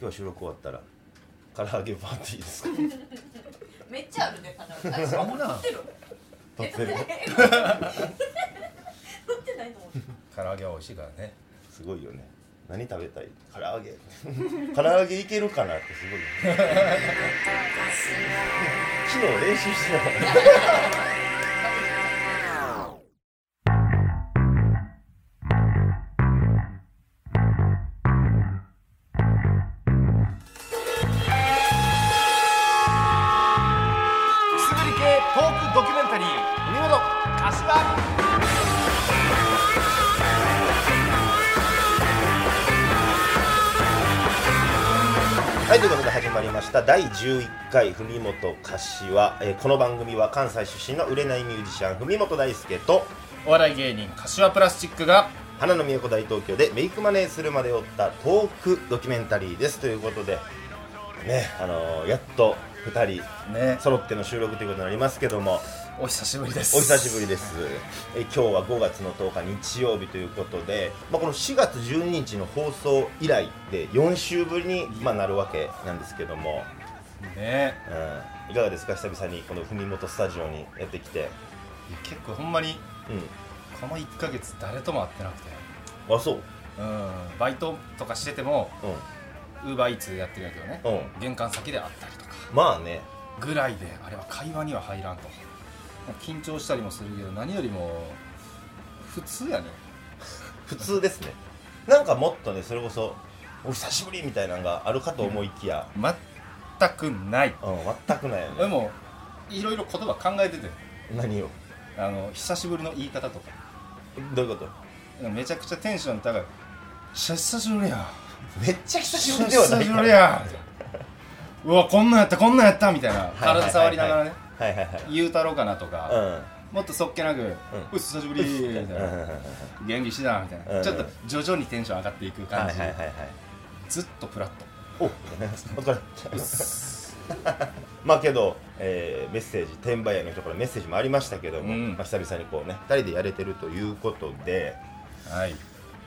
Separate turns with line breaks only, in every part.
今日収録終わったら唐揚げパーティーですか
めっちゃあるね、花が。
あんな
撮
撮っ
ってる。
てる
え 撮ってないと思う。
唐揚げは美味しいからね
すごいよね何食べたい唐揚げ唐揚げいけるかなってすごいよね昨日練習してなかった
くすぶり系トークドキュメンタリー「海本柏
はい、ということで始まりました第11回文本柏、えー、この番組は関西出身の売れないミュージシャン文本大輔と」
お笑い芸人柏プラスチックが
花の都大東京でメイクマネーするまで追ったトークドキュメンタリーですということでねあのーやっと2人
ね
揃っての収録ということになりますけども
お久しぶりです
お久しぶりですえ今日は5月の10日日曜日ということで、まあ、この4月12日の放送以来で4週ぶりに、まあ、なるわけなんですけども、
ね
うん、いかがですか久々にこの文元スタジオにやってきて
結構ほんまに
う
この1ヶ月誰とも会ってなくて
んあそう
うんバイトとかしてても
う
ウーバーイーツやってるんやけどね、
んうん
玄関先で会ったりとか
まあね
ぐらいであれは会話には入らんと緊張したりもするけど何よりも普通やね
普通ですねなんかもっとねそれこそお久しぶりみたいなのがあるかと思いきや、
全くない
うん全くないよ
で
ね
もいろいろ言葉考えてて
何を
あの久しぶりの言い方とか
どういうこと
めちゃくちゃテンション高い久しぶりや
めっちゃ久しぶりではな
久
い
し
か
ぶり
ら
やうわこんなんやったこんなんやったみたいな体触りながらね
はいはいはい
言うたろうかなとか、もっとそっけなく「うっ久しぶり」みたい
うんうんうん
な
うんはい
「元気してた」みたいな、
うん
ちょっと徐々にテンション上がっていく感
はい
じ、
はいはい
ずっとプラッと
おお疲れまあけど、えーメッセージ転売屋の人からメッセージもありましたけども、
うん
まあ、久々にこうね2人でやれてるということで
はい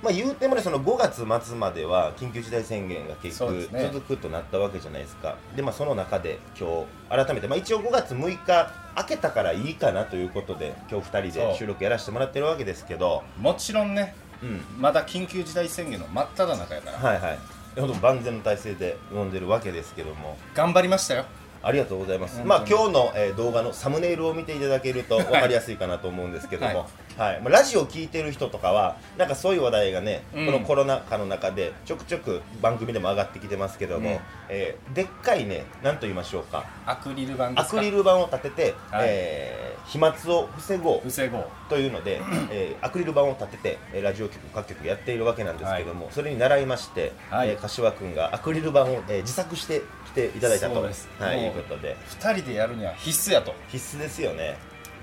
まあ、言うてもねその5月末までは緊急事態宣言が結
そうで
局
すね
続くとなったわけじゃないですかでまあその中で今日改めて、まあ、一応5月6日明けたからいいかなということで今日2人
そう
で収録やらせてもらってるわけですけど
もちろんね
うん
まだ緊急事態宣言の真っ只中やから、
はいはい本当万全の体制で飲んでるわけですけども
頑張りましたよ
ありがとうございます
本当
ま
に
あ今日の、えー動画のサムネイルを見ていただけると分かりやすいかなと思うんですけども、はいまあ、ラジオ聞いてる人とかはなんかそういう話題がね、
うん
このコロナ禍の中でちょくちょく番組でも上がってきてますけども、
うん
えーでっかいね何と言いましょうか
アクリル板で
ア
すか
クリル板を立てて、
はい
えー飛沫を防ごう
防ごう
というの で、えーアクリル板を立ててえーラジオ局各局やっているわけなんですけども、それに習いまして、
はい
えー柏君がアクリル板を、えー自作してきていただいたと
そうです
はい、い
も
う
う
ことで
2人でやるには必須やと
必須ですよね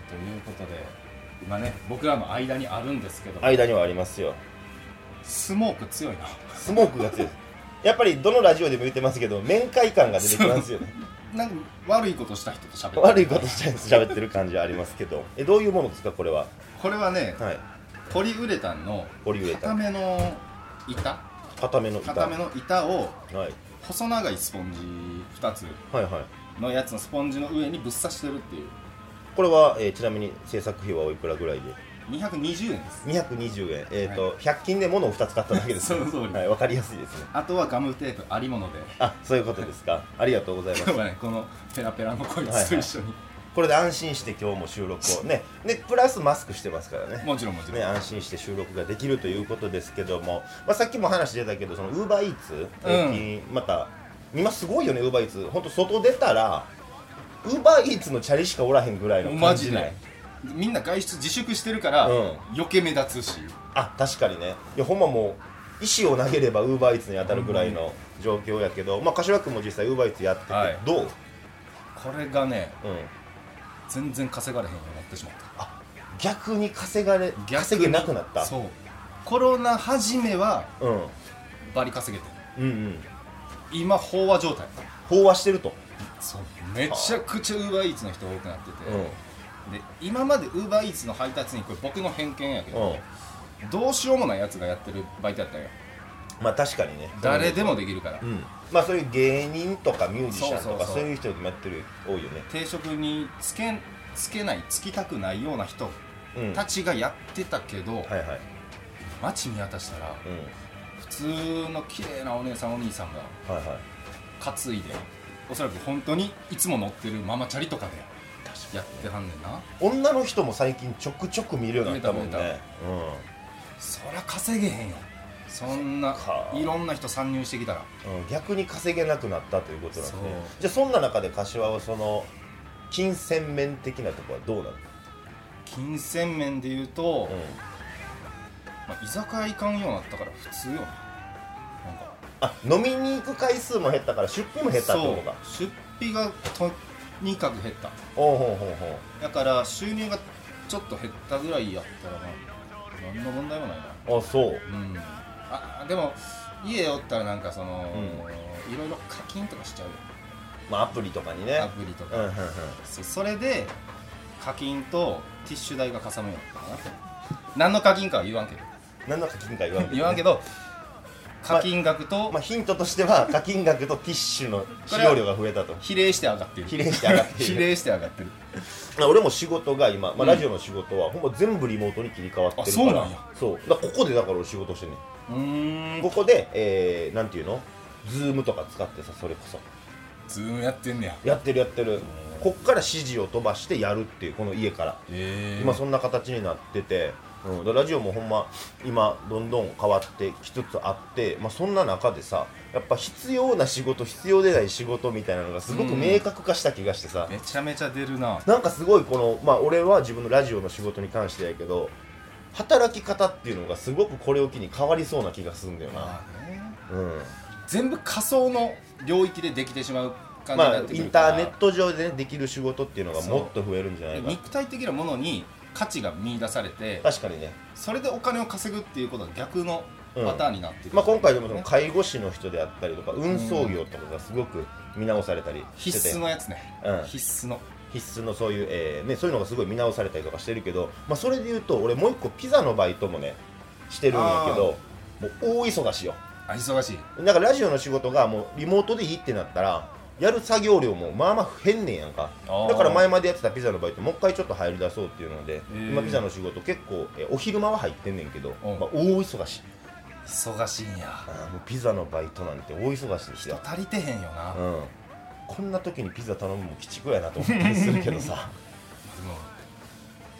ということで今ね僕らの間にあるんですけど、
間にはありますよ
スモーク強いな
スモークが強いですやっぱりどのラジオでも言ってますけど面会感が出てきますよね
なんか悪いことした人と喋って る
悪いことしちゃいます喋ってる感じはありますけど えどういうものですかこれは
これはね
はい
ポリウレタンの
ポリウレタ
固
ン
めの板
固めの板
固めの板を
はい、
細長いスポンジ2つ
はいはい
のやつのスポンジの上にぶっ刺してるっていう
これは、えーちなみに制作費はおいくらぐらいで
220円です
220円えっ、と、100均で物を2つ買っただけですね
その通り
はいわかりやすいですね
あとはガムテープありもので
あそういうことですかありがとうございます
今日はねこのペラペラのこいつと一緒に、
これで安心して今日も収録をねでプラスマスクしてますからね
もちろんもちろん、
ね、安心して収録ができるということですけども、まあ、さっきも話出たけどそのウーバーイーツ最近また、今すごいよねウーバーイーツ本当外出たらウーバーイーツのチャリしかおらへんぐらいの
マ
感
ジ
じ
でみんな外出自粛してるから、
うん
余計目立つし
あ確かにねいやほんまもう石を投げればウーバーイーツに当たるぐらいの状況やけど、まあ、柏君も実際ウーバーイーツやってて、
はい
どう、うん、
これがね全然稼がれへんようになってしまった
逆に稼がれ
逆に
稼げなくなった
そうコロナ初めは
う、ん、
バリ稼げてる
うんうん
今飽和状態
飽和してると、
そうめちゃくちゃウーバーイーツの人多くなってて、
う
で今までウーバーイーツの配達にこれ僕の偏見やけ
んうん
ど、どうしようもないやつがやってるバイトやったんよ
まあ確かにね
誰でもできるから
うんまあそういう芸人とかミュージシャンとか
そうそうそう
そういう人でもやってる多いよね
定職につけんつけないつきたくないような人
うん
たちがやってたけど、
はいはい
街見渡したら
うん
普通の綺麗なお姉さんお兄さんが
はいはい
担いでおそらく本当にいつも乗ってるママチャリとかでやってはんねんな
女の人も最近ちょくちょく見るようになったもん
見えた見え
ねうん
そりゃ稼げへんよそんな
そっか
いろんな人参入してきたら
うん逆に稼げなくなったということなんで、ね
そう、
じゃあそんな中で柏はその金銭面的なところはどうなの、
金銭面で言うと、まあ、居酒屋行かんようになったから普通よなんか
あ飲みに行く回数も減ったから出費も減ったってことか
そう出費がとにかく減った
おうほうほうほう
だから収入がちょっと減ったぐらいやったらまあ何の問題もないな
あそう
うんあでも家おったらなんかその、
う
いろいろ課金とかしちゃうよ
まあアプリとかにね
アプリと
うんう
か、
んうん
そうそれで課金とティッシュ代がかさむようになったかな何の課金かは言わんけど
何の課金か言わんけど、ね、
言わんけ ど課金額と
まあ、ヒントとしては課金額とティッシュの使用量が増えたと
比例して上がってる
比例して上がっている
比例して上がって る
まあ俺も仕事が今、ま
う
あ、
ん
ラジオの仕事はほぼ全部リモートに切り替わってるから
あそうなんや
そうだからここでだから俺仕事してんね
うー
ん
ん
ここで、えー、なんていうのズームとか使ってさそれこそ
ズームやってんねや
やってるやってるこっから指示を飛ばしてやるっていうこの家から
ええ
今そんな形になってて、うん、だからラジオもほんま今どんどん変わってきつつあって、まあ、そんな中でさやっぱ必要な仕事必要でない仕事みたいなのがすごく明確化した気がしてさ、
めちゃめちゃ出るな
なんかすごいこの、まあ、俺は自分のラジオの仕事に関してやけど働き方っていうのがすごくこれを機に変わりそうな気がするんだよな、
まあね
うん、
全部仮想の領域でできてしまう感じに
ま
な
あ
ってく
イン
るから、
ターネット上で、ね、できる仕事っていうのがもっと増えるんじゃないかな
肉体的なものに価値が見出されて
確かにね
それでお金を稼ぐっていうことは逆のパターンになってくる、
まあ、今回でもその介護士の人であったりとか運送業とかがすごく見直されたりして
必
て、
須
うん、
のやつね、必須の
必須のそういう、えーね、そういうのがすごい見直されたりとかしてるけど、まあ、それで言うと俺もう一個ピザのバイトもねしてるんやけどもう大忙しよ
あ忙しい
だからラジオの仕事がもうリモートでいいってなったらやる作業量もまあまあ変ねんやんか
あー
だから前までやってたピザのバイトもう一回ちょっと入り出そうっていうので、
ー
今ピザの仕事結構、えーお昼間は入ってんねんけど、
うん
まあ、大忙しい
忙しいんや
あーもうピザのバイトなんて大忙しいです
人
よ
足りてへんよな、でも
うん、こんな時にピザ頼むのも鬼畜やなと思ったりするけど さ、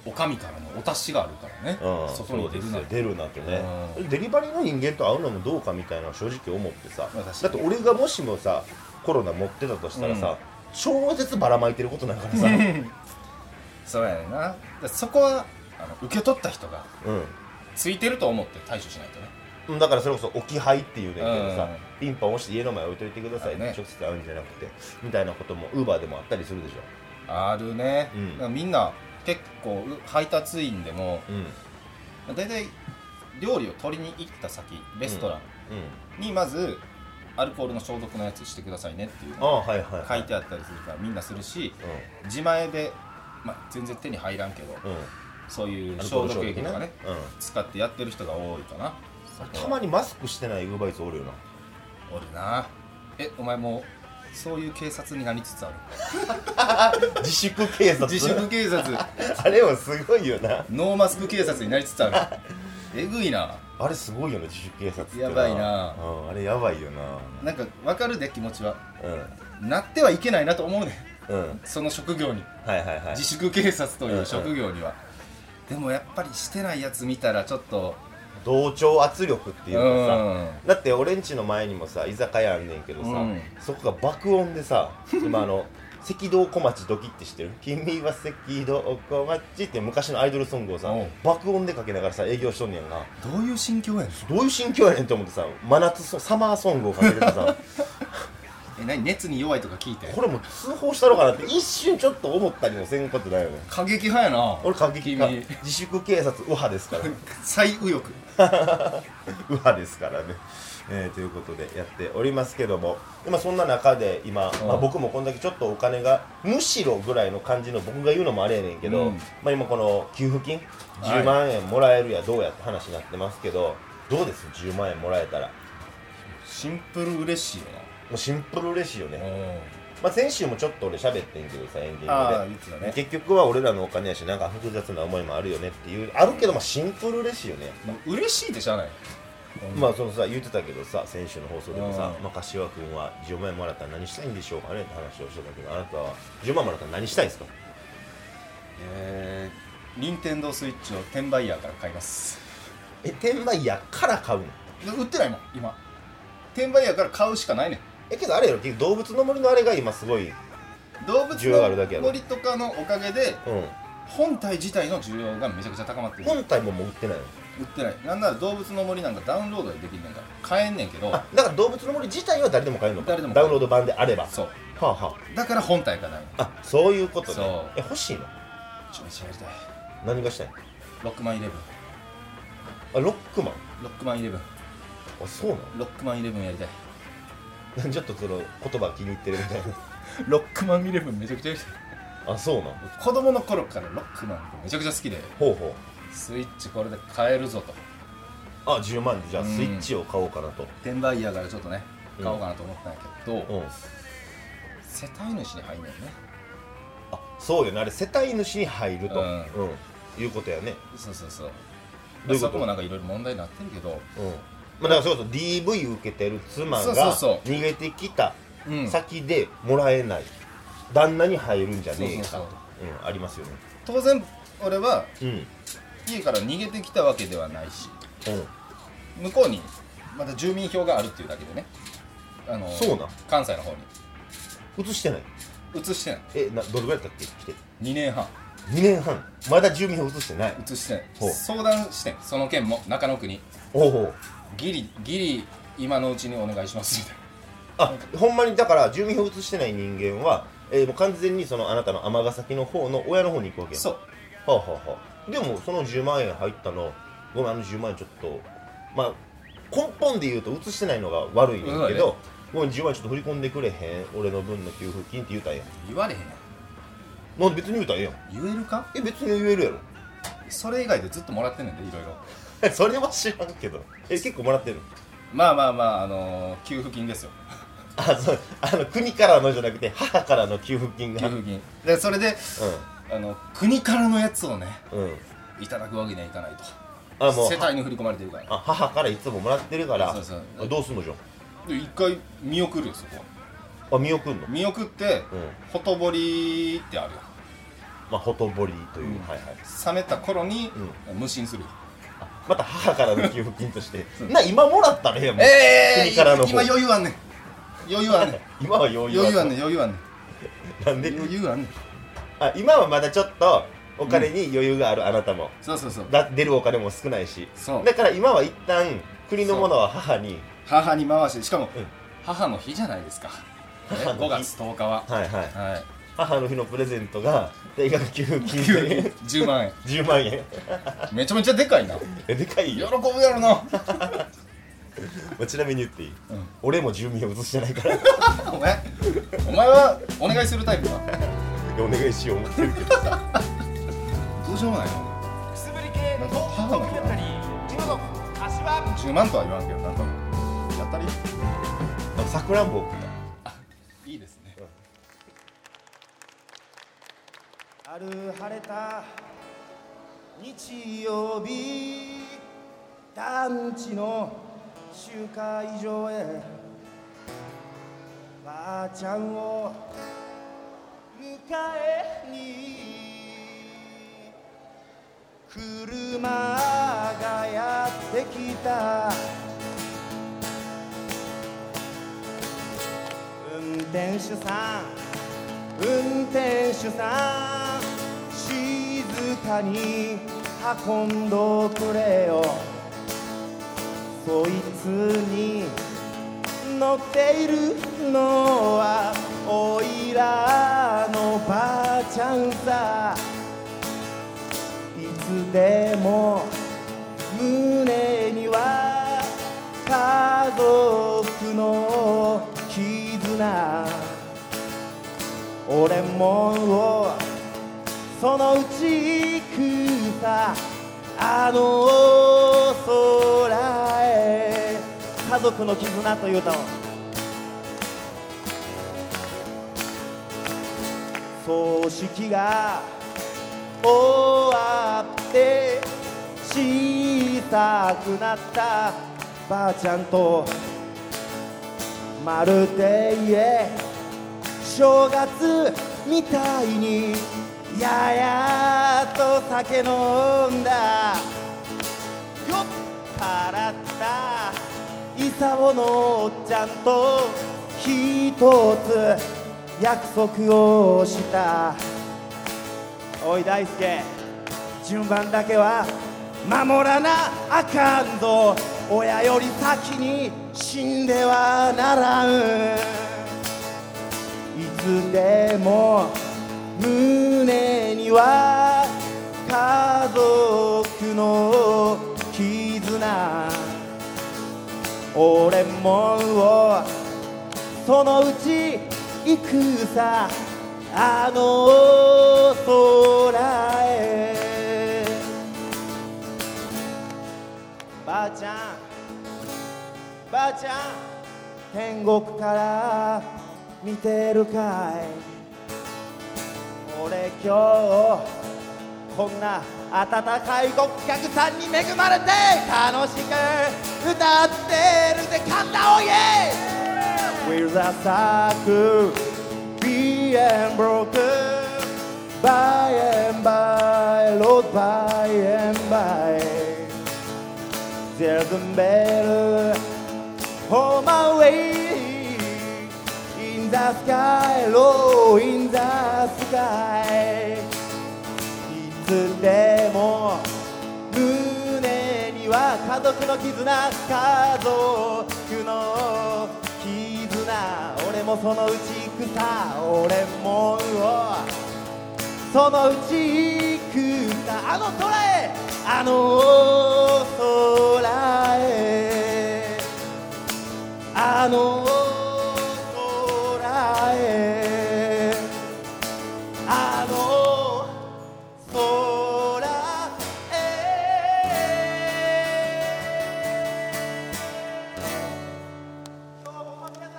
お上からのお達しがあるからね、
うん、
外に出る
そ
な
うですよ出るなってね、
う
デリバリーの人間と会うのもどうかみたいなのは正直思ってさ
まあ確
だ
か
っ
に
て俺がもしもさコロナ持ってたとしたらさ、超絶ばらまいてることなんから さ、うん、
そうやねんなだからそこはあの受け取った人がついてると思って対処しないとね
うんだからそれこそ置き配っていうねんけどさ、ピンポン押して家の前置いといてくださいね
あね
直接会うんじゃなくてみたいなこともウーバーでもあったりするでしょ
あるね、
うん
だからみんな結構う配達員でも
うんうん
大体料理を取りに行った先レストランにまずアルコールの消毒のやつしてくださいねっていう
あ
の
あはいはいは
書
い
いてあったりするからみんなするし自前で、まあ、全然手に入らんけど
うんうん
そういう
アルコー
消
ル
毒液とかね
うん
使ってやってる人が多いかな
たまにマスクしてないウーバーイーツお るよな
おるなえお前もうそういう警察になりつつ ある
自粛警察
自粛警察
あれもすごいよな
ノーマスク警察になりつつ あるえぐいな
あれすごいよね自粛警察って
やばいな
うん、あれやばいよな
なんか分かるで気持ちは
う
なってはいけないなと思うねん
んうん
その職業に
はいはいはい
自粛警察という職業には、でもやっぱりしてないやつ見たらちょっと
同調圧力っていうかさ、
うん
だって俺んちの前にもさ居酒屋あんねんけどさ、
うん
そこが爆音でさ今あの 赤道小町ドキって知ってる君は赤道小町って昔のアイドルソングをさ
うん
爆音でかけながらさ営業しとんねやんな
どういう心境やねん
どういう心境やねんと思ってさ真夏ソサマーソングをかけててさ
え何熱に弱いとか聞いて
これもう通報したろかなって一瞬ちょっと思ったりもせんことないよね
過激派やな
俺過激か
君
自粛警察右派 ですから
最右翼
右派ですからね、えーということでやっておりますけども今そんな中で今、
うん
まあ、僕もこんだけちょっとお金がむしろぐらいの感じの僕が言うのもあれやねんけど、
うん
まあ、今この給付金
はい
10万円もらえるやどうやって話になってますけど、どうです10万円もらえたら
シンプル嬉しいよ
もうシンプル嬉しいよ
な
ね、まあ、先週もちょっと俺喋ってんけどさエンディングで
ああ言ってたね
結局は俺らのお金やしなんか複雑な思いもあるよねっていうあるけどまあシンプル嬉しいよね、
もう嬉しいでしゃあない
まあそのさ言ってたけどさ先週の放送でもさ「
うん
まあ、柏君は10万円もらったら何したいんでしょうかね」って話をしてたけどあなたは10万もらったら何したいんですか
えー、任天堂スイッチを転売ヤーから買います
え転売やから買うの
で売ってないもん今転売ヤーから買うしかないねん
えけどあれやろ結局動物の森のあれが今すごいうん
動物
需要あるだけや
の
ろ
森とかのおかげで本体自体の需要がめちゃくちゃ高まってる
本体ももう売ってないの
売ってないなんなら動物の森なんかダウンロードでできんねんから買えんねんけど
あだから動物の森自体は誰でも買えるのか
誰でも買
ダウ
える
ンロード版であればは
そう
あは
だから本体がない
ああそういうことね
そう
え欲しいの
ちょめっちゃやりたい
何がしたいの
ロックマンイレブン
あロックマン
ロックマンイレブン
あそうな
ロックマンイレブンやりたい
の ちょっとその言葉気に入ってるみたい
ロックマンイレブンめちゃくちゃやりたい
な あそうなの
子供の頃からロックマンがめちゃくちゃ好きで
ほうほう
スイッチこれで買えるぞと
あ10万でじゃあ
う
ス
ん
イッチを買おうかなと
転売ヤーからちょっとね
うん
買おうかなと思ったんやけど、
うん
世帯主に入んねんね
あそうよねあれ世帯主に入ると、
う
うんんいうことやね
そうそうそう
どういうこと
そこもなんかいろいろ問題になってるけど、
うんまあ、だからそれこそ DV 受けてる妻
そうそう
が
そう
逃げてきた
うん
先でもらえない、旦那に入るんじゃ
そう
ね
そ
え
う
か
そう
うん、ありますよね
当然俺は
うん、
家から逃げてきたわけではないし
うん、
向こうにまた住民票があるっていうだけでねあの
そうなん
関西の方に
映してない
移してない
えなどれぐらいだったっけ来て
2年半
2年半まだ住民票映してない
移してない
ほう
相談してんその件も中野区に
おお
ギリギリ今のうちにお願いしますみたいな
あほんまにだから住民票映してない人間は、えーもう完全にそのあなたの尼崎の方の親の方に行くわけや
そう
はあ、はあはあ、でもその10万円入ったのごめんあの10万円ちょっとまあ根本で言うと移してないのが悪いねんだけど、ごめん10万円ちょっと振り込んでくれへん俺の分の給付金って言うたんや
言われへんや
んなんで別に言うたらええやん
ん言えるか
え別に言えるや
それ以外でずっともらってんねんでいろいろ
ろそれは知らん けどえ結構もらって る
まあまあまああのー給付金で すよ
あそうあの国からのじゃなくて母からの給付金
給
が
付金でそれであの国からのやつをね
うんうん
いただくわけにはいかないと
あもう
世帯に振り込まれてるから
あ母からいつももらってるから
そうそう
あどうすんのじゃ
で一回見送るよそこ
あ見送んの
見送って、
うん
ほとぼりってあるよ
まあほとぼりという、
うん
はいはい
冷めた頃に、無心するよ
また母からの給付金として
そう
な今もらったらええやんもう
ええ
国からの方
今余裕あんねん余裕あんねん
今は 余裕
余裕あんね
ね
ん余裕あんねん
なんで
余裕あんねん
あ今はまだちょっとお金に余裕があるあなたも、
そうそうそう
だ出るお金も少ないし
そう
だから今は一旦国のものは母に
母に回してしかも、
うん
母の日じゃないですかね
母の日
5月10日は
はいはい
はい
母の日のプレゼントが定額給付 金 で
10万円
10万円
めちゃめちゃでかいな
えでかい
喜ぶ
よ
やろな、
まあちなみに言っていい
うん
俺も住民票移してないから
お前お前はお願いするタイプか
お願いしよう思ってるけどさ
どうしようもないよ
くすぶり系
なん
の
か母の日
だったり今の足は
10万とは言わんけどなんかやったり
あさくらんぼ送っ
いいですね
春晴れた日曜日団地の集会場へばあちゃんを迎えに車がやってきた運転手さん運転手さん静かに運んどくれよそいつに乗っているのはおいらのばあちゃんさいつでも胸には家族の絆俺もそのうち行くさあの空へ旅家族の絆という歌を葬式が終わって小さくなったばあちゃんとまるで家正月みたいにややっと酒飲んだ酔っ払ったイサオのおっちゃんと一つ約束をしたおい大輔順番だけは守らなあかんぞ親より先に死んではならんいつでも胸には家族の絆俺もそのうち行くさあの空へばあちゃんばあちゃん天国から見てるかい俺今日こんな温かいご客さんに恵まれて楽しく歌ってるぜ神田おいえ We're the circle being broken by and by Lord by and by There's a better on my way In the sky, low in the sky いつでも胸には家族の絆家族の絆俺もそのうち行くさ俺もそのうち行くさあの空へあの空へあの空へあの空へどうも皆さん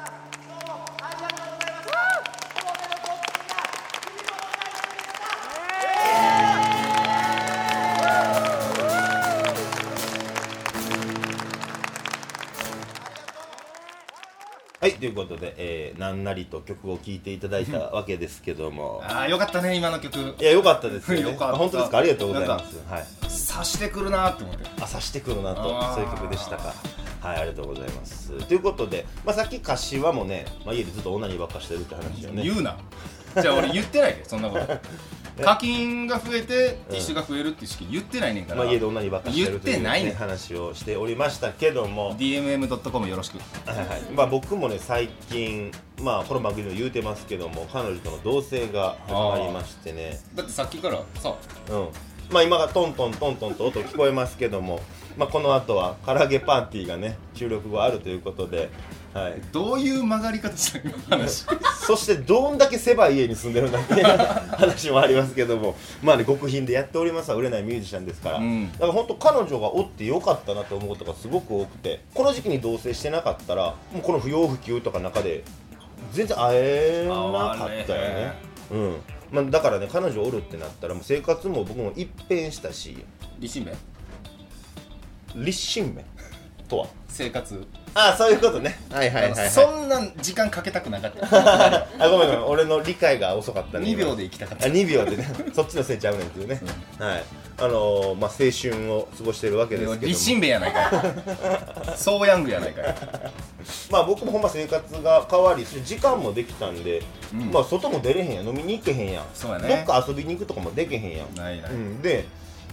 どうもありがとうございましたこの手のコップが君の大好きでした
はいということで、えー、なんなりと曲を聴いていただいたわけですけども
ああよかったね今の曲
いや良かったですよ,、ね、
よかった
本当ですかありがとうございますはい
察してくるなーって思って
朝してくるなと
あー
そういう曲でしたかはいありがとうございますということで、まあ、さっき柏もね、まあ、家でずっとオナニーばっかしてるって話よね
言うなじゃあ俺言ってないでそん なこと課金が増えてティッシュが増えるって意識言ってないねんか
ま
ら、
あ、家で女にばっかしてるという、
言ってないね
ね、話をしておりましたけども、
DMM.com よろしく
はいはいまあ、僕もね最近、まあ、この番組でも言うてますけども彼女との同棲が始まりましてね、
だってさっきからさ
うんまあ、今がトントントントンと音聞こえますけども、まあ、この後は唐揚げパーティーがね収録後あるということで、はい、
どういう曲がり方したの今の話
そしてどんだけ狭い家に住んでるんだっていう話もありますけどもまあね極貧でやっておりますは売れないミュージシャンですから、
うん
だから本当彼女がおってよかったなと思うことがすごく多くてこの時期に同棲してなかったらもうこの不要不急とかの中で全然会えなかったよねうんまあ、だからね彼女おるってなったらもう生活も僕も一変したし
理心弁
立身面とは
生活、
ああそういうことねはいはいはい、はい、
そんな時間かけたくなかった
あごめんごめん俺の理解が遅かったね
2
今
秒で行きたかっ
あ
た
2秒でね そっちのせいちゃうねんっていうね、はいあのー、まあ青春を過ごしてるわけですけ
理
ども
心弁やないかいソーヤングやないかい
まあ僕もほんま生活が変わり時間もできたんで、
うん
まあ外も出れへんやん飲みに行けへんやん
そうやね
どっか遊びに行くとかもできへんやん
ないない
うん、で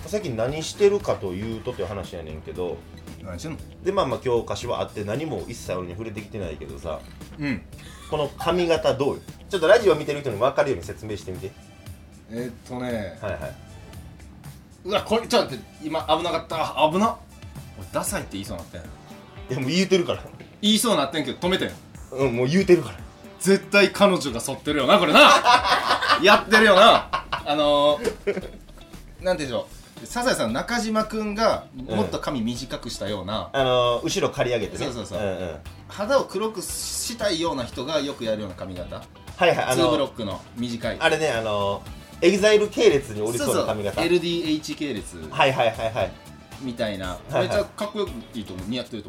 最近何してるかというとという話やねんけど
何してんの
でまあまあ今日柏あって何も一切俺に触れてきてないけどさ
うん
この髪型どうよちょっとラジオ見てる人に分かるように説明してみて
えーっとね
はいはいう
わこれちょっと待って今危なかった危なっ俺ダサいって言いそうになったやん
いやもう言うてるから
言いそうになってんけど止めてん
うんもう言うてるから
絶対彼女が剃ってる よなこれなやってるよなあのー、なんて言うんでしょうってサザエさんの中島くんがもっと髪短くしたような、
あの後ろ刈り上げてね
そうそうそうん
ん
肌を黒くしたいような人がよくやるような髪型
はいはいあ
ツーブロ
の
ックの短い
あれねあのエグザイル系列におりそうな髪型
LDH 系列
はいはいはいはい
みたいな、
いはい
めっちゃかっこよくいいと思う似合ってると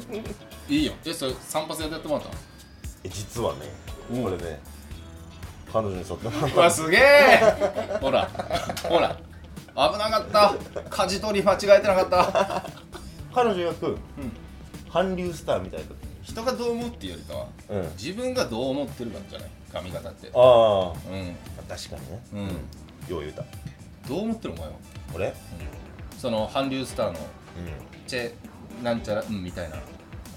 思ういいよえそれ散髪屋でやってもらっ
え実はね
うん
これね彼女に沿って もらった
のうわすげえ ほらほら危なかった舵取り間違えてなかった
彼女役、うん
ん、
韓流スターみたいな
人がどう思うっていうよりかは
うん
自分がどう思ってるかじゃない髪型って
ああ
うん
確かにね
うん
よう言うた
どう思ってるお前は
俺
その韓流スターの
うん
チェなんちゃらうんみたいなあ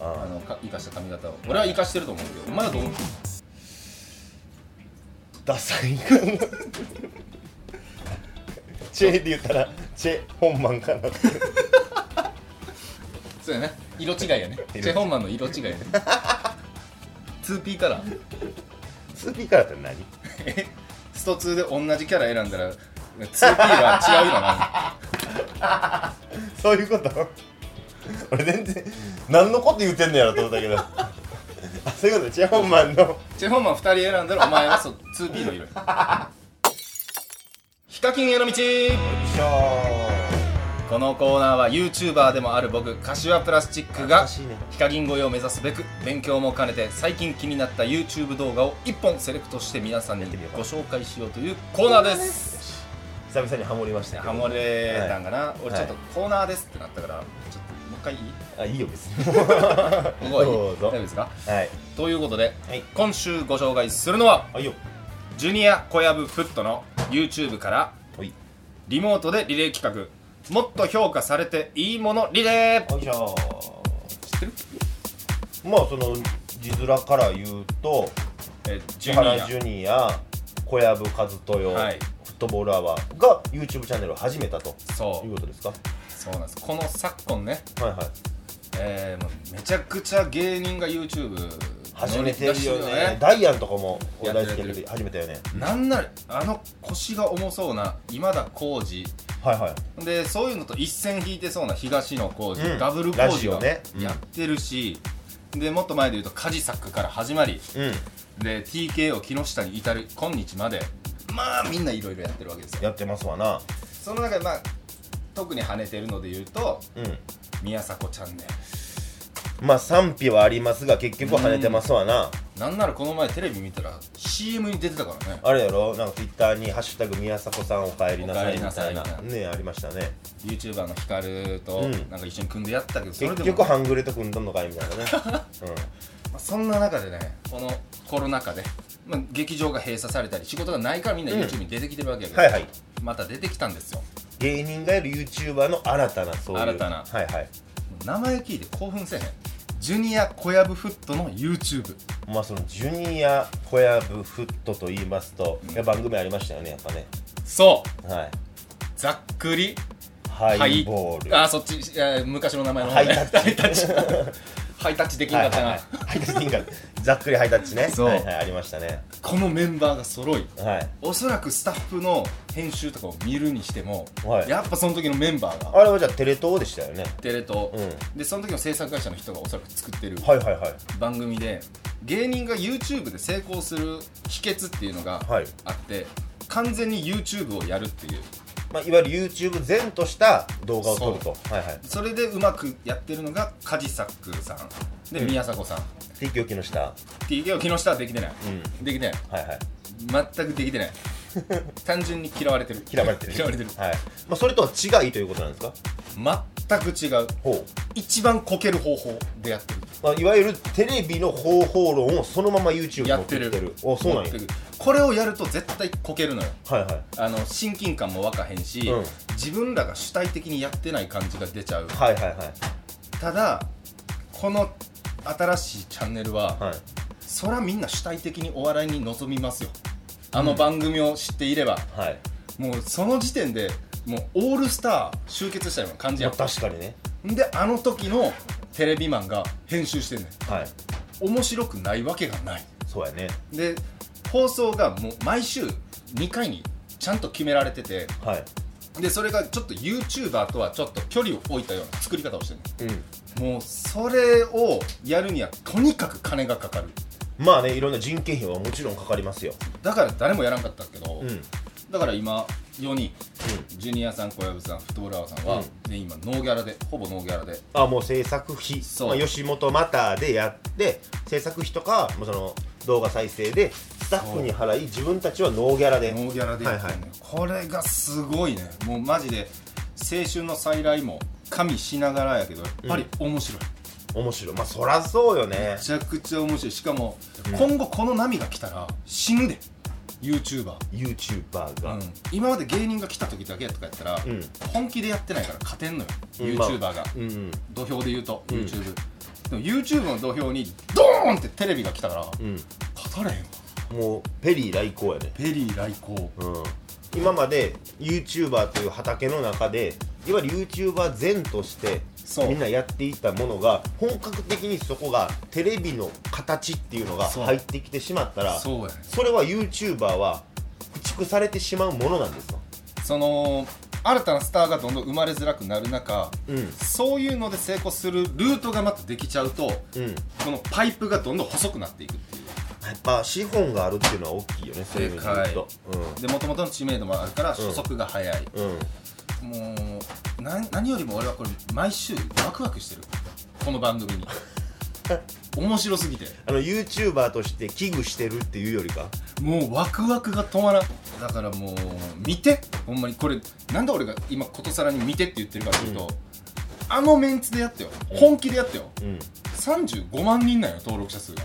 あ
のか生かした髪型を俺は生かしてると思うけどお前はどう思ってる
あダサい チェで言ったらチェ本マンか なって
そうやね色違いやねチェホンマンの色違いやね 2P カラー
スピーカーって何
スト2で同じキャラ選んだら 2P は違う色な
そういうこと俺全然何のこと言うてんのやろと思ったけどあそういうことチェ本マンの
のチェホンマン2人選んだらお前はそう 2P の色やヒカキンへの道このコーナーは YouTuber でもある僕柏プラスチックが
懐かしいね
ヒカキン越えを目指すべく勉強も兼ねて最近気になった YouTube 動画を1本セレクトして皆さんに
やってみようか
ご紹介しようというコーナーです
久々にハモりましたけど
ハモれたんかな、俺ちょっと
は
コーナーですってなったからちょっともう一回いい
あいいよ別に
ここはいい
どうぞ
大丈夫ですか
はい
ということで、
はい
今週ご紹介するのは
あいいよ
ジュニア小籔フットの YouTube から
ほい
リモートでリレー企画もっと評価されていいものリレー
よいしょ
知ってる
まあその字面から言うと
えジ
千
ュ
原
ニア
ジュニア小籔和豊、
はい
フットボールアワーが YouTube チャンネルを始めたと
そ
いう
う
ことですか
そうなんですこの昨今ね、
はいはい
えーもうめちゃくちゃ芸人が YouTube
始めてるよね
乗り出して
ダイアンとかも
や
大
って
好き
る
だけど始めたよね
なんならあの腰が重そうな今田耕司
はいはい
でそういうのと一線引いてそうな東野浩二、
うん
ダブル浩二
ラ
が
ジオねうん
やってるし、でもっと前で言うとカジサックから始まり
うん
で TKO 木下に至る今日までまあみんないろいろやってるわけですよ
やってますわな
その中でまあ特に跳ねてるので言うと
うん
宮迫チャンネ
まあ賛否はありますが結局は跳ねてますわな、
ルなんならこの前テレビ見たら CM に出てたからね
あれやろなんか Twitter に「ハッシュタグ宮迫さんお帰りなさい」みたいな
お帰りなさいみ
ねありましたね
YouTuber のヒカルと
うん
なんか一緒に組んでやったけどそれ
結
でも
局半グレと組んどんのかいみたいなね、
まあそんな中でねこのコロナ禍で、まあ、劇場が閉鎖されたり仕事がないからみんな YouTube に出てきてるわけや
うん、
けど、
はいはい
また出てきたんですよ
芸人がいる YouTuber の新たなそういう
新たな
はいはい
名前聞いて興奮せえへんジュニア小籔フットの YouTube
まあそのジュニア小籔フットと言いますと、いや番組ありましたよねやっぱね
そう
はい
ざっくり
ハイボール、
あそっち、えー昔の名前の
ハイタッチ
ハイタッチ ハイタッチできん
は
か
いはい
ったな、
はいハイタッチリンガーざっくりハイタッチね
そう
はいはい、ありましたね
このメンバーが揃い
はい
おそらくスタッフの編集とかを見るにしても、
はい
やっぱその時のメンバーが
あれはじゃあテレ東でしたよね
テレ東、
う
でその時の制作会社の人がおそらく作ってる
はいはいはい
番組で芸人が YouTube で成功する秘訣っていうのが
はい
あって、完全に YouTube をやるっていう
まあ、いわゆる YouTube 全とした動画を撮るとはいはい
それでうまくやってるのがカジサックさんで宮迫さん
提供機の下
TK を木下はできてない、できてない
はいはい
全くでき てない単純に嫌われてる
嫌われてる
嫌われてる
はいまあ、それとは違いということなんですか
全く違う
ほう、
一番こける方法でやってる
まあ、いわゆるテレビの方法論をそのまま YouTube に
や
持
っ
って
て
き
る
てるおそうなんや
持ってくこれをやると絶対こけるのよ
はいはい
あの親近感も湧かへんし、
うん
自分らが主体的にやってない感じが出ちゃう
はいはいはい
ただこの新しいチャンネルは、
はい
そらみんな主体的にお笑いに臨みますよあの番組を知っていれば、
はい
もうその時点でもうオールスター集結したような感じ
ま
や
あ、確かにね
んであの時のテレビマンが編集してんねん
はい
面白くないわけがない
そうやね
で放送がもう毎週2回にちゃんと決められてて
はい
でそれがちょっと YouTuber とはちょっと距離を置いたような作り方をしてるもうそれをやるにはとにかく金がかかる
まあねいろんな人件費はもちろんかかりますよ
だから誰もやらんかったけど、
うん
だから今4人、ジュニアさん小籔さんフットボールアワーさんは、
うん
全員今ノーギャラでほぼノーギャラで
あもう制作費
そう
まあ、吉本またでやって制作費とかもうその動画再生でスタッフに払い自分たちはノーギャラで
ノーギャラでや
はい
って
はい
るのよこれがすごいねもうマジで青春の再来も加味しながらやけどやっぱり面白い、
面白いまあそらそうよね
めちゃくちゃ面白いしかも、
うん
今後この波が来たら死ぬで YouTuber、
YouTuber
う
が、
ん、今まで芸人が来た時だけとかやったら、
うん
本気でやってないから勝てんのよ、
うんまあ
YouTuber が、
うんうん
土俵で言うと
うん
YouTube、でも YouTube の土俵にドーンってテレビが来たから、勝たれへんわ
もうペリー来航やね、
ペリー来航
うん、今まで YouTuber という畑の中でいわゆる YouTuber 全として
そう
みんなやっていたものが本格的にそこがテレビの形っていうのが
そう
入ってきてしまったら
そうやね
それは YouTuber は駆逐されてしまうものなんですか
その新たなスターがどんどん生まれづらくなる中、
うん
そういうので成功するルートがまたできちゃうと、
うん
このパイプがどんどん細くなっていくっていう
やっぱ資本があるっていうのは大きいよねそういう意味で言うと
で元々の知名度もあるから
ん
初速が速い、
うん、うん、
もうな何よりも俺はこれ毎週ワクワクしてるこの番組 に面白すぎて
あの YouTuber として危惧してるっていうよりか
もうワクワクが止まらんだからもう見てほんまにこれなんで俺が今ことさらに見てって言ってるかというと、あのメンツでやってよ本気でやってよ
うん
35万人なんよ登録者数が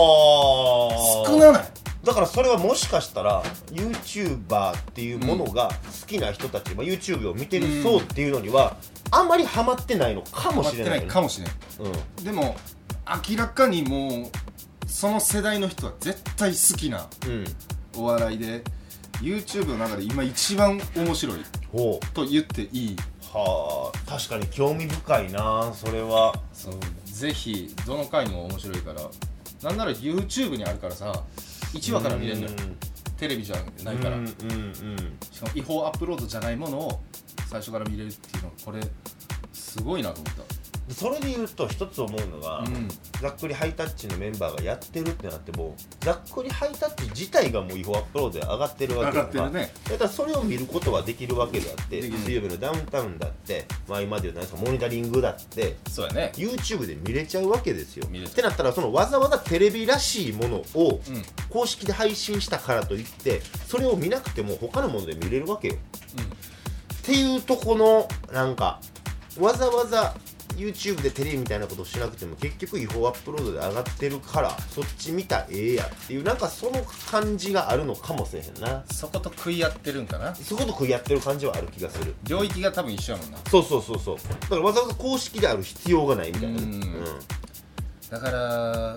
はあ
少なない
だからそれはもしかしたら YouTuber っていうものが好きな人たち、まあ、YouTube を見てる層っていうのには、あんまりハマってないのかも
待
しれ
ってな
ない
い
よね
かもしれん
うん
でも明らかにもうその世代の人は絶対好きな
うん
お笑いで YouTube の中で今一番面白い
ほ
と言っていいう
はあ確かに興味深いなそれは
そうぜひどの回も面白いからなんなら YouTube にあるからさ1話から見れるのよテレビじゃないから
うんうんうん
しかも違法アップロードじゃないものを最初から見れるっていうのこれすごいなと思っ
でそれで言うと一つ思うのが、
たうん
ざっくりハイタッチのメンバーがやってるってなってもざっくりハイタッチ自体がもう違法アップロードで上がってるわ
上
けだ
が
か
って
ら
るね
だからそれを見ることはできるわけであって
できる
水曜日のダウンタウンだって、まあ、今で言うと何ですかモニタリングだって
そうやね
YouTube で見れちゃうわけですよ
見れちゃう
ってなったらそのわざわざテレビらしいものを
うん
公式で配信したからといってそれを見なくても他のもので見れるわけよっていうとこのなんかわざわざ YouTube でテレビみたいなことをしなくても結局違法アップロードで上がってるからそっち見たらええやっていうなんかその感じがあるのかもしれへんな
そこと食い合ってるんかな
すごく食い合ってる感じはある気がする
領域が多分一緒やもんな
そうそうそうそうだからわざわざ公式である必要がないみたいなね
だからも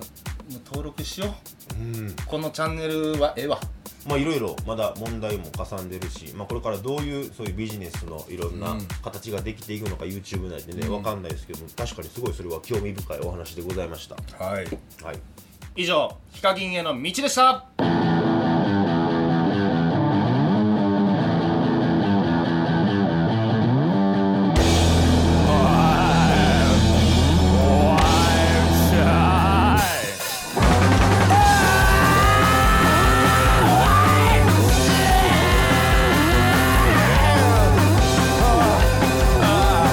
う登録しよ
う
う
ん、うん
このチャンネルはええわ
まあいろいろまだ問題もかさんでるし、まあ、これからどういうそういうビジネスのいろんな
うん
形ができていくのか YouTube 内でね
うん
わかんないですけども確かにすごいそれは興味深いお話でございました
はい
はい
以上ヒカキンへの道でした
「あ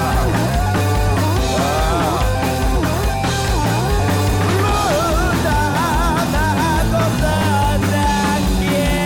なたとだけ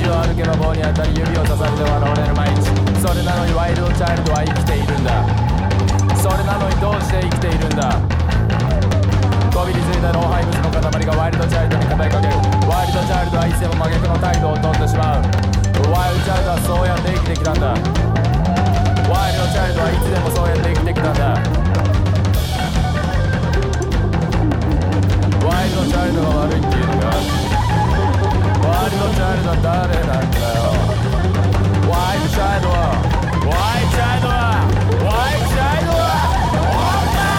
されて笑われる毎日それなのにワイルドチャイルドは生きているんだそれなのにどうして生きているんだこびりついた老廃物の塊がワイルドチャイルドに語りかけるワイルドチャイルドは一世も真逆の態度をとってしまうワイルドチャイルドはそうやって生きてきたんだワイルドチャイルドはいつでもそうやって生きてきたんだワイルドチャイルドが悪いっていうのがワイルドチャイルドは誰なんだよワイルドチャイルドはワイルドチャイルドはワイルドチャイルドは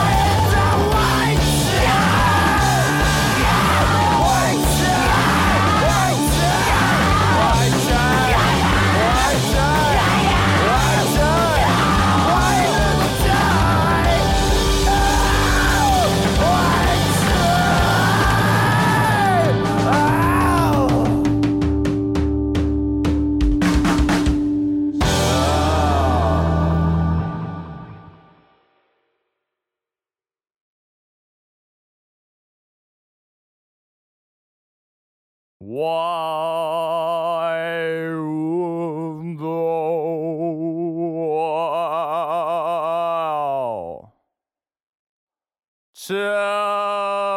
ワイルドチャ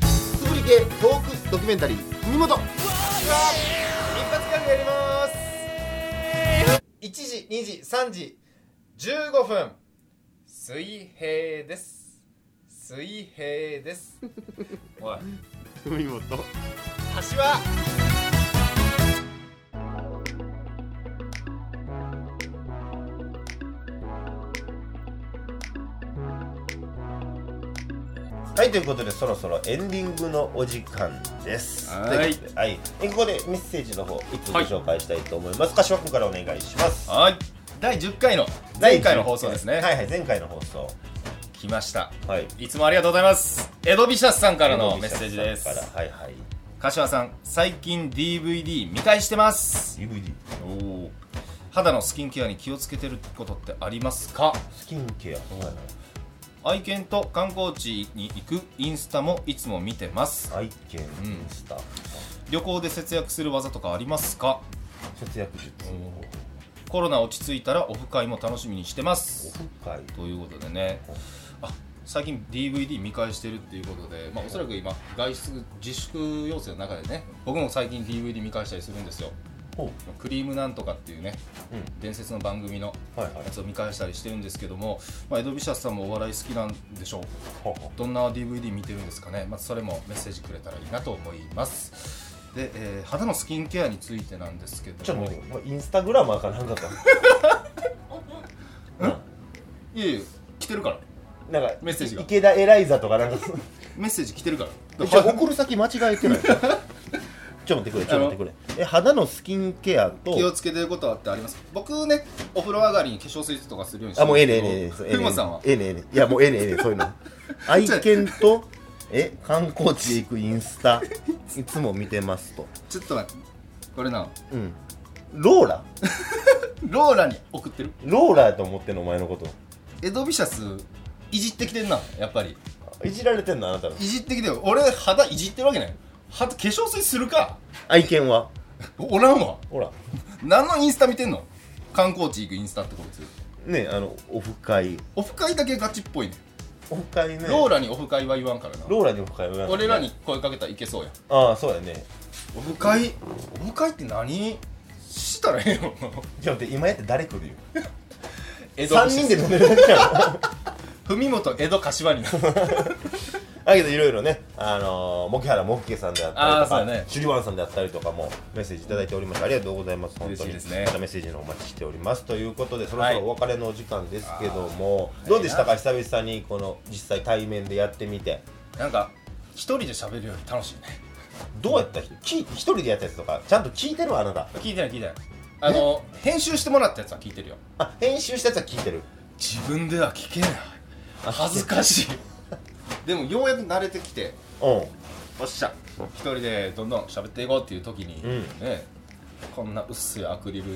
つぶり系トークドキュメンタリー海本一発ギャグやります
1時2時3時15分水平です水平ですおい
海本
橋は
はいということでそろそろエンディングのお時間です
はい
とうことではい、えここでメッセージの方一通ご紹介したいと思います、柏君からお願いします
はい第10回の前回の放送ですね、
はいはい前回の放送
来ました
はい
いつもありがとうございます江戸ビシャスさんからのメッセージです
からはいはい
柏さん最近 DVD 見返してます
DVD
お肌のスキンケアに気をつけてることってありますか
スキンケアはい
愛犬と観光地に行くインスタもいつも見てます
愛犬インスタ
旅行で節約する技とかありますか
節約術
コロナ落ち着いたらオフ会も楽しみにしてま
オ
す
フ会
ということでねあ最近 DVD 見返してるっていうことで、まあ、おそらく今外出自粛要請の中でね僕も最近 DVD 見返したりするんですよ
ほ
クリームなんとかっていうね、
うん
伝説の番組の
うはいはい
やつを見返したりしてるんですけども、まあ、エドビシャスさんもお笑い好きなんでしょう
ほうほ
どんな DVD 見てるんですかね、まあ、それもメッセージくれたらいいなと思いますで、えー肌のスキンケアについてなんですけ
うちょ
ど
っと
も
待ってお前インスタグラマーかなん かか
いやいや来てるから
なんか
メッセージが
池田エライザとかなん かそ
メッセージ来てるか
う
ら
じゃあ送る先間違え てないちょっと待ってくれちょっと待ってくれえ肌のスキンケアと
気をつけてることはってあります僕ねお風呂上がりに化粧水とかするようにして
あもうええねえ
るん
ね
で
え
す
ねえねえ
けど藤本さんは
ええねえねえいやもうええねえええねえそういう の愛犬とえ観光地へ行くインスタ いつも見てますと
ちょっと待ってこれな
うんローラ
ローラに送ってる
ローラやと思ってんのお前のこと
エドビシャスいじってきてんなやっぱり
いじられてんのあなたの
いじってきてよ俺肌いじってるわけない肌化粧水するか
愛犬は
おらんわ
ほら
何のインスタ見てんの観光地行くインスタってこいつ
ねあのオフ会
オフ会だけガチっぽいね
オフ会ね
ローラにオフ会は言わんからな
ローラにオフ会は
俺らに声かけたらいけそうや
ああそうやね
オフ会オフ会って何したらええの
ちょっと待って今やって誰来るよ
江戸
3人で飲んでるだけじゃん
文元江戸柏になる
だけどいろいろね、あのー、木原もっけさんであったりと
あ
か、
ーそうだね
シュリワンさんであったりとかもメッセージいただいておりましたありがとうございます本当に
嬉しいですね
またメッセージのお待ちしておりますということでそろそ
はい
ろお別れのお時間ですけども、どうでしたか久々にこの実際対面でやってみて
なんか一人で喋るより楽しいね
どうやった人聞い一人でやったやつとかちゃんと聞いてるあなた
聞いてない聞いてないあの編集してもらったやつは聞いてるよ
あ編集したやつは聞いてる
自分では聞けない恥ずかしいでもようやく慣れてきて
うん
おっしゃ一人でどんどん喋っていこうっていう時に、
うん
ねこんな薄いアクリル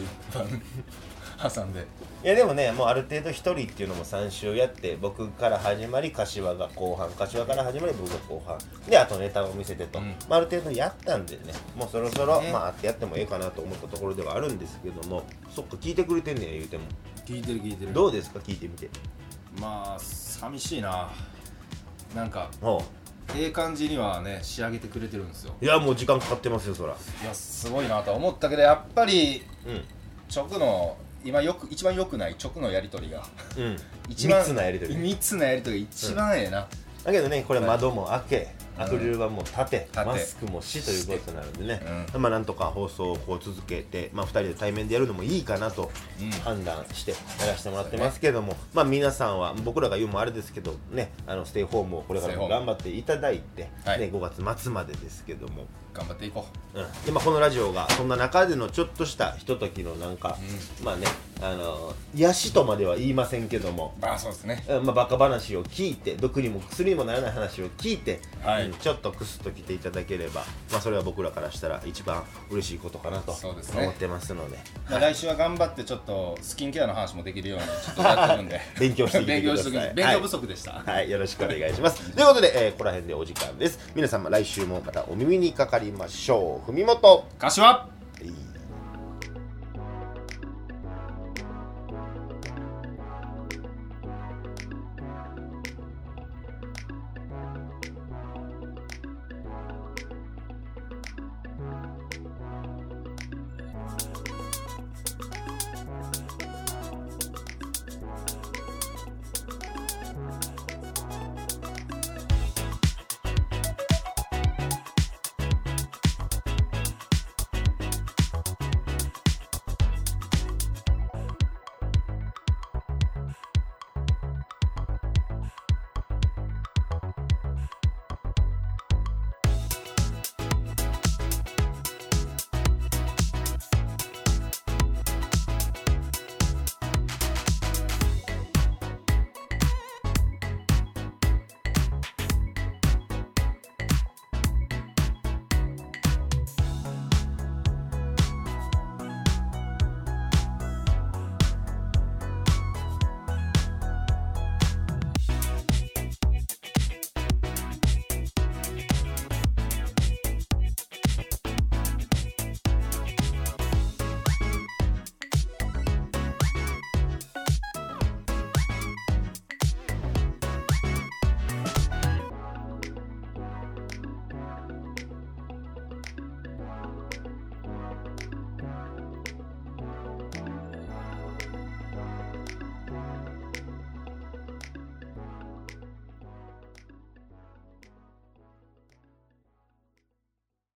板 挟んで
いやでもねもうある程度一人っていうのも3週やって僕から始まり柏が後半柏から始まり僕が後半であとネタを見せてと、
うん
まあ、ある程度やったんでねもうそろそろ、
ね
まあ会ってやってもええかなと思ったところではあるんですけどもそっか聞いてくれてんねや言うても
聞いてる聞いてる
どうですか聞いてみて
まあ寂しいななんか
も
ええ感じにはね仕上げてくれてるんですよ
ういやもう時間かかってますよそら
いやすごいなとは思ったけどやっぱり
う
直の今よく一番良くない直のや り取りが
んうん
一番
密なやり取り
密なやり取りが一番ええな、
だけどねこれ窓も開け、アクリル板も立て、
て
マスクもしということなのでね、
う
まあなんとか放送をこう続けて、まあ、2人で対面でやるのもいいかなと
うん
判断してやらせてもらってますけども、まあ皆さんは僕らが言うのもあれですけどねあのステイホームをこれからも
ステイホー
頑
ム
張っていただいて、
はい
ね、5月末までですけども。
頑張っていこ
うんでまあ、このラジオがそんな中でのちょっとしたひとときのなんか、まあねあの癒しとまでは言いませんけども
うまあそうですね
うんまあ、バカ話を聞いて毒にも薬にもならない話を聞いて、
はい
うんちょっとクスッと来ていただければ、まあ、それは僕らからしたら一番嬉しいことかなと
そうですね
思ってますので
まあ、来週は頑張ってちょっとスキンケアの話もできるようにちょっとやってるんで
勉強してきて
勉
くださ
強
い
しときます勉強不足でした、
はい、よろしくお願いします ということで、えーここら辺でお時間です皆様来週もまたお耳にかかりましょう文元
柏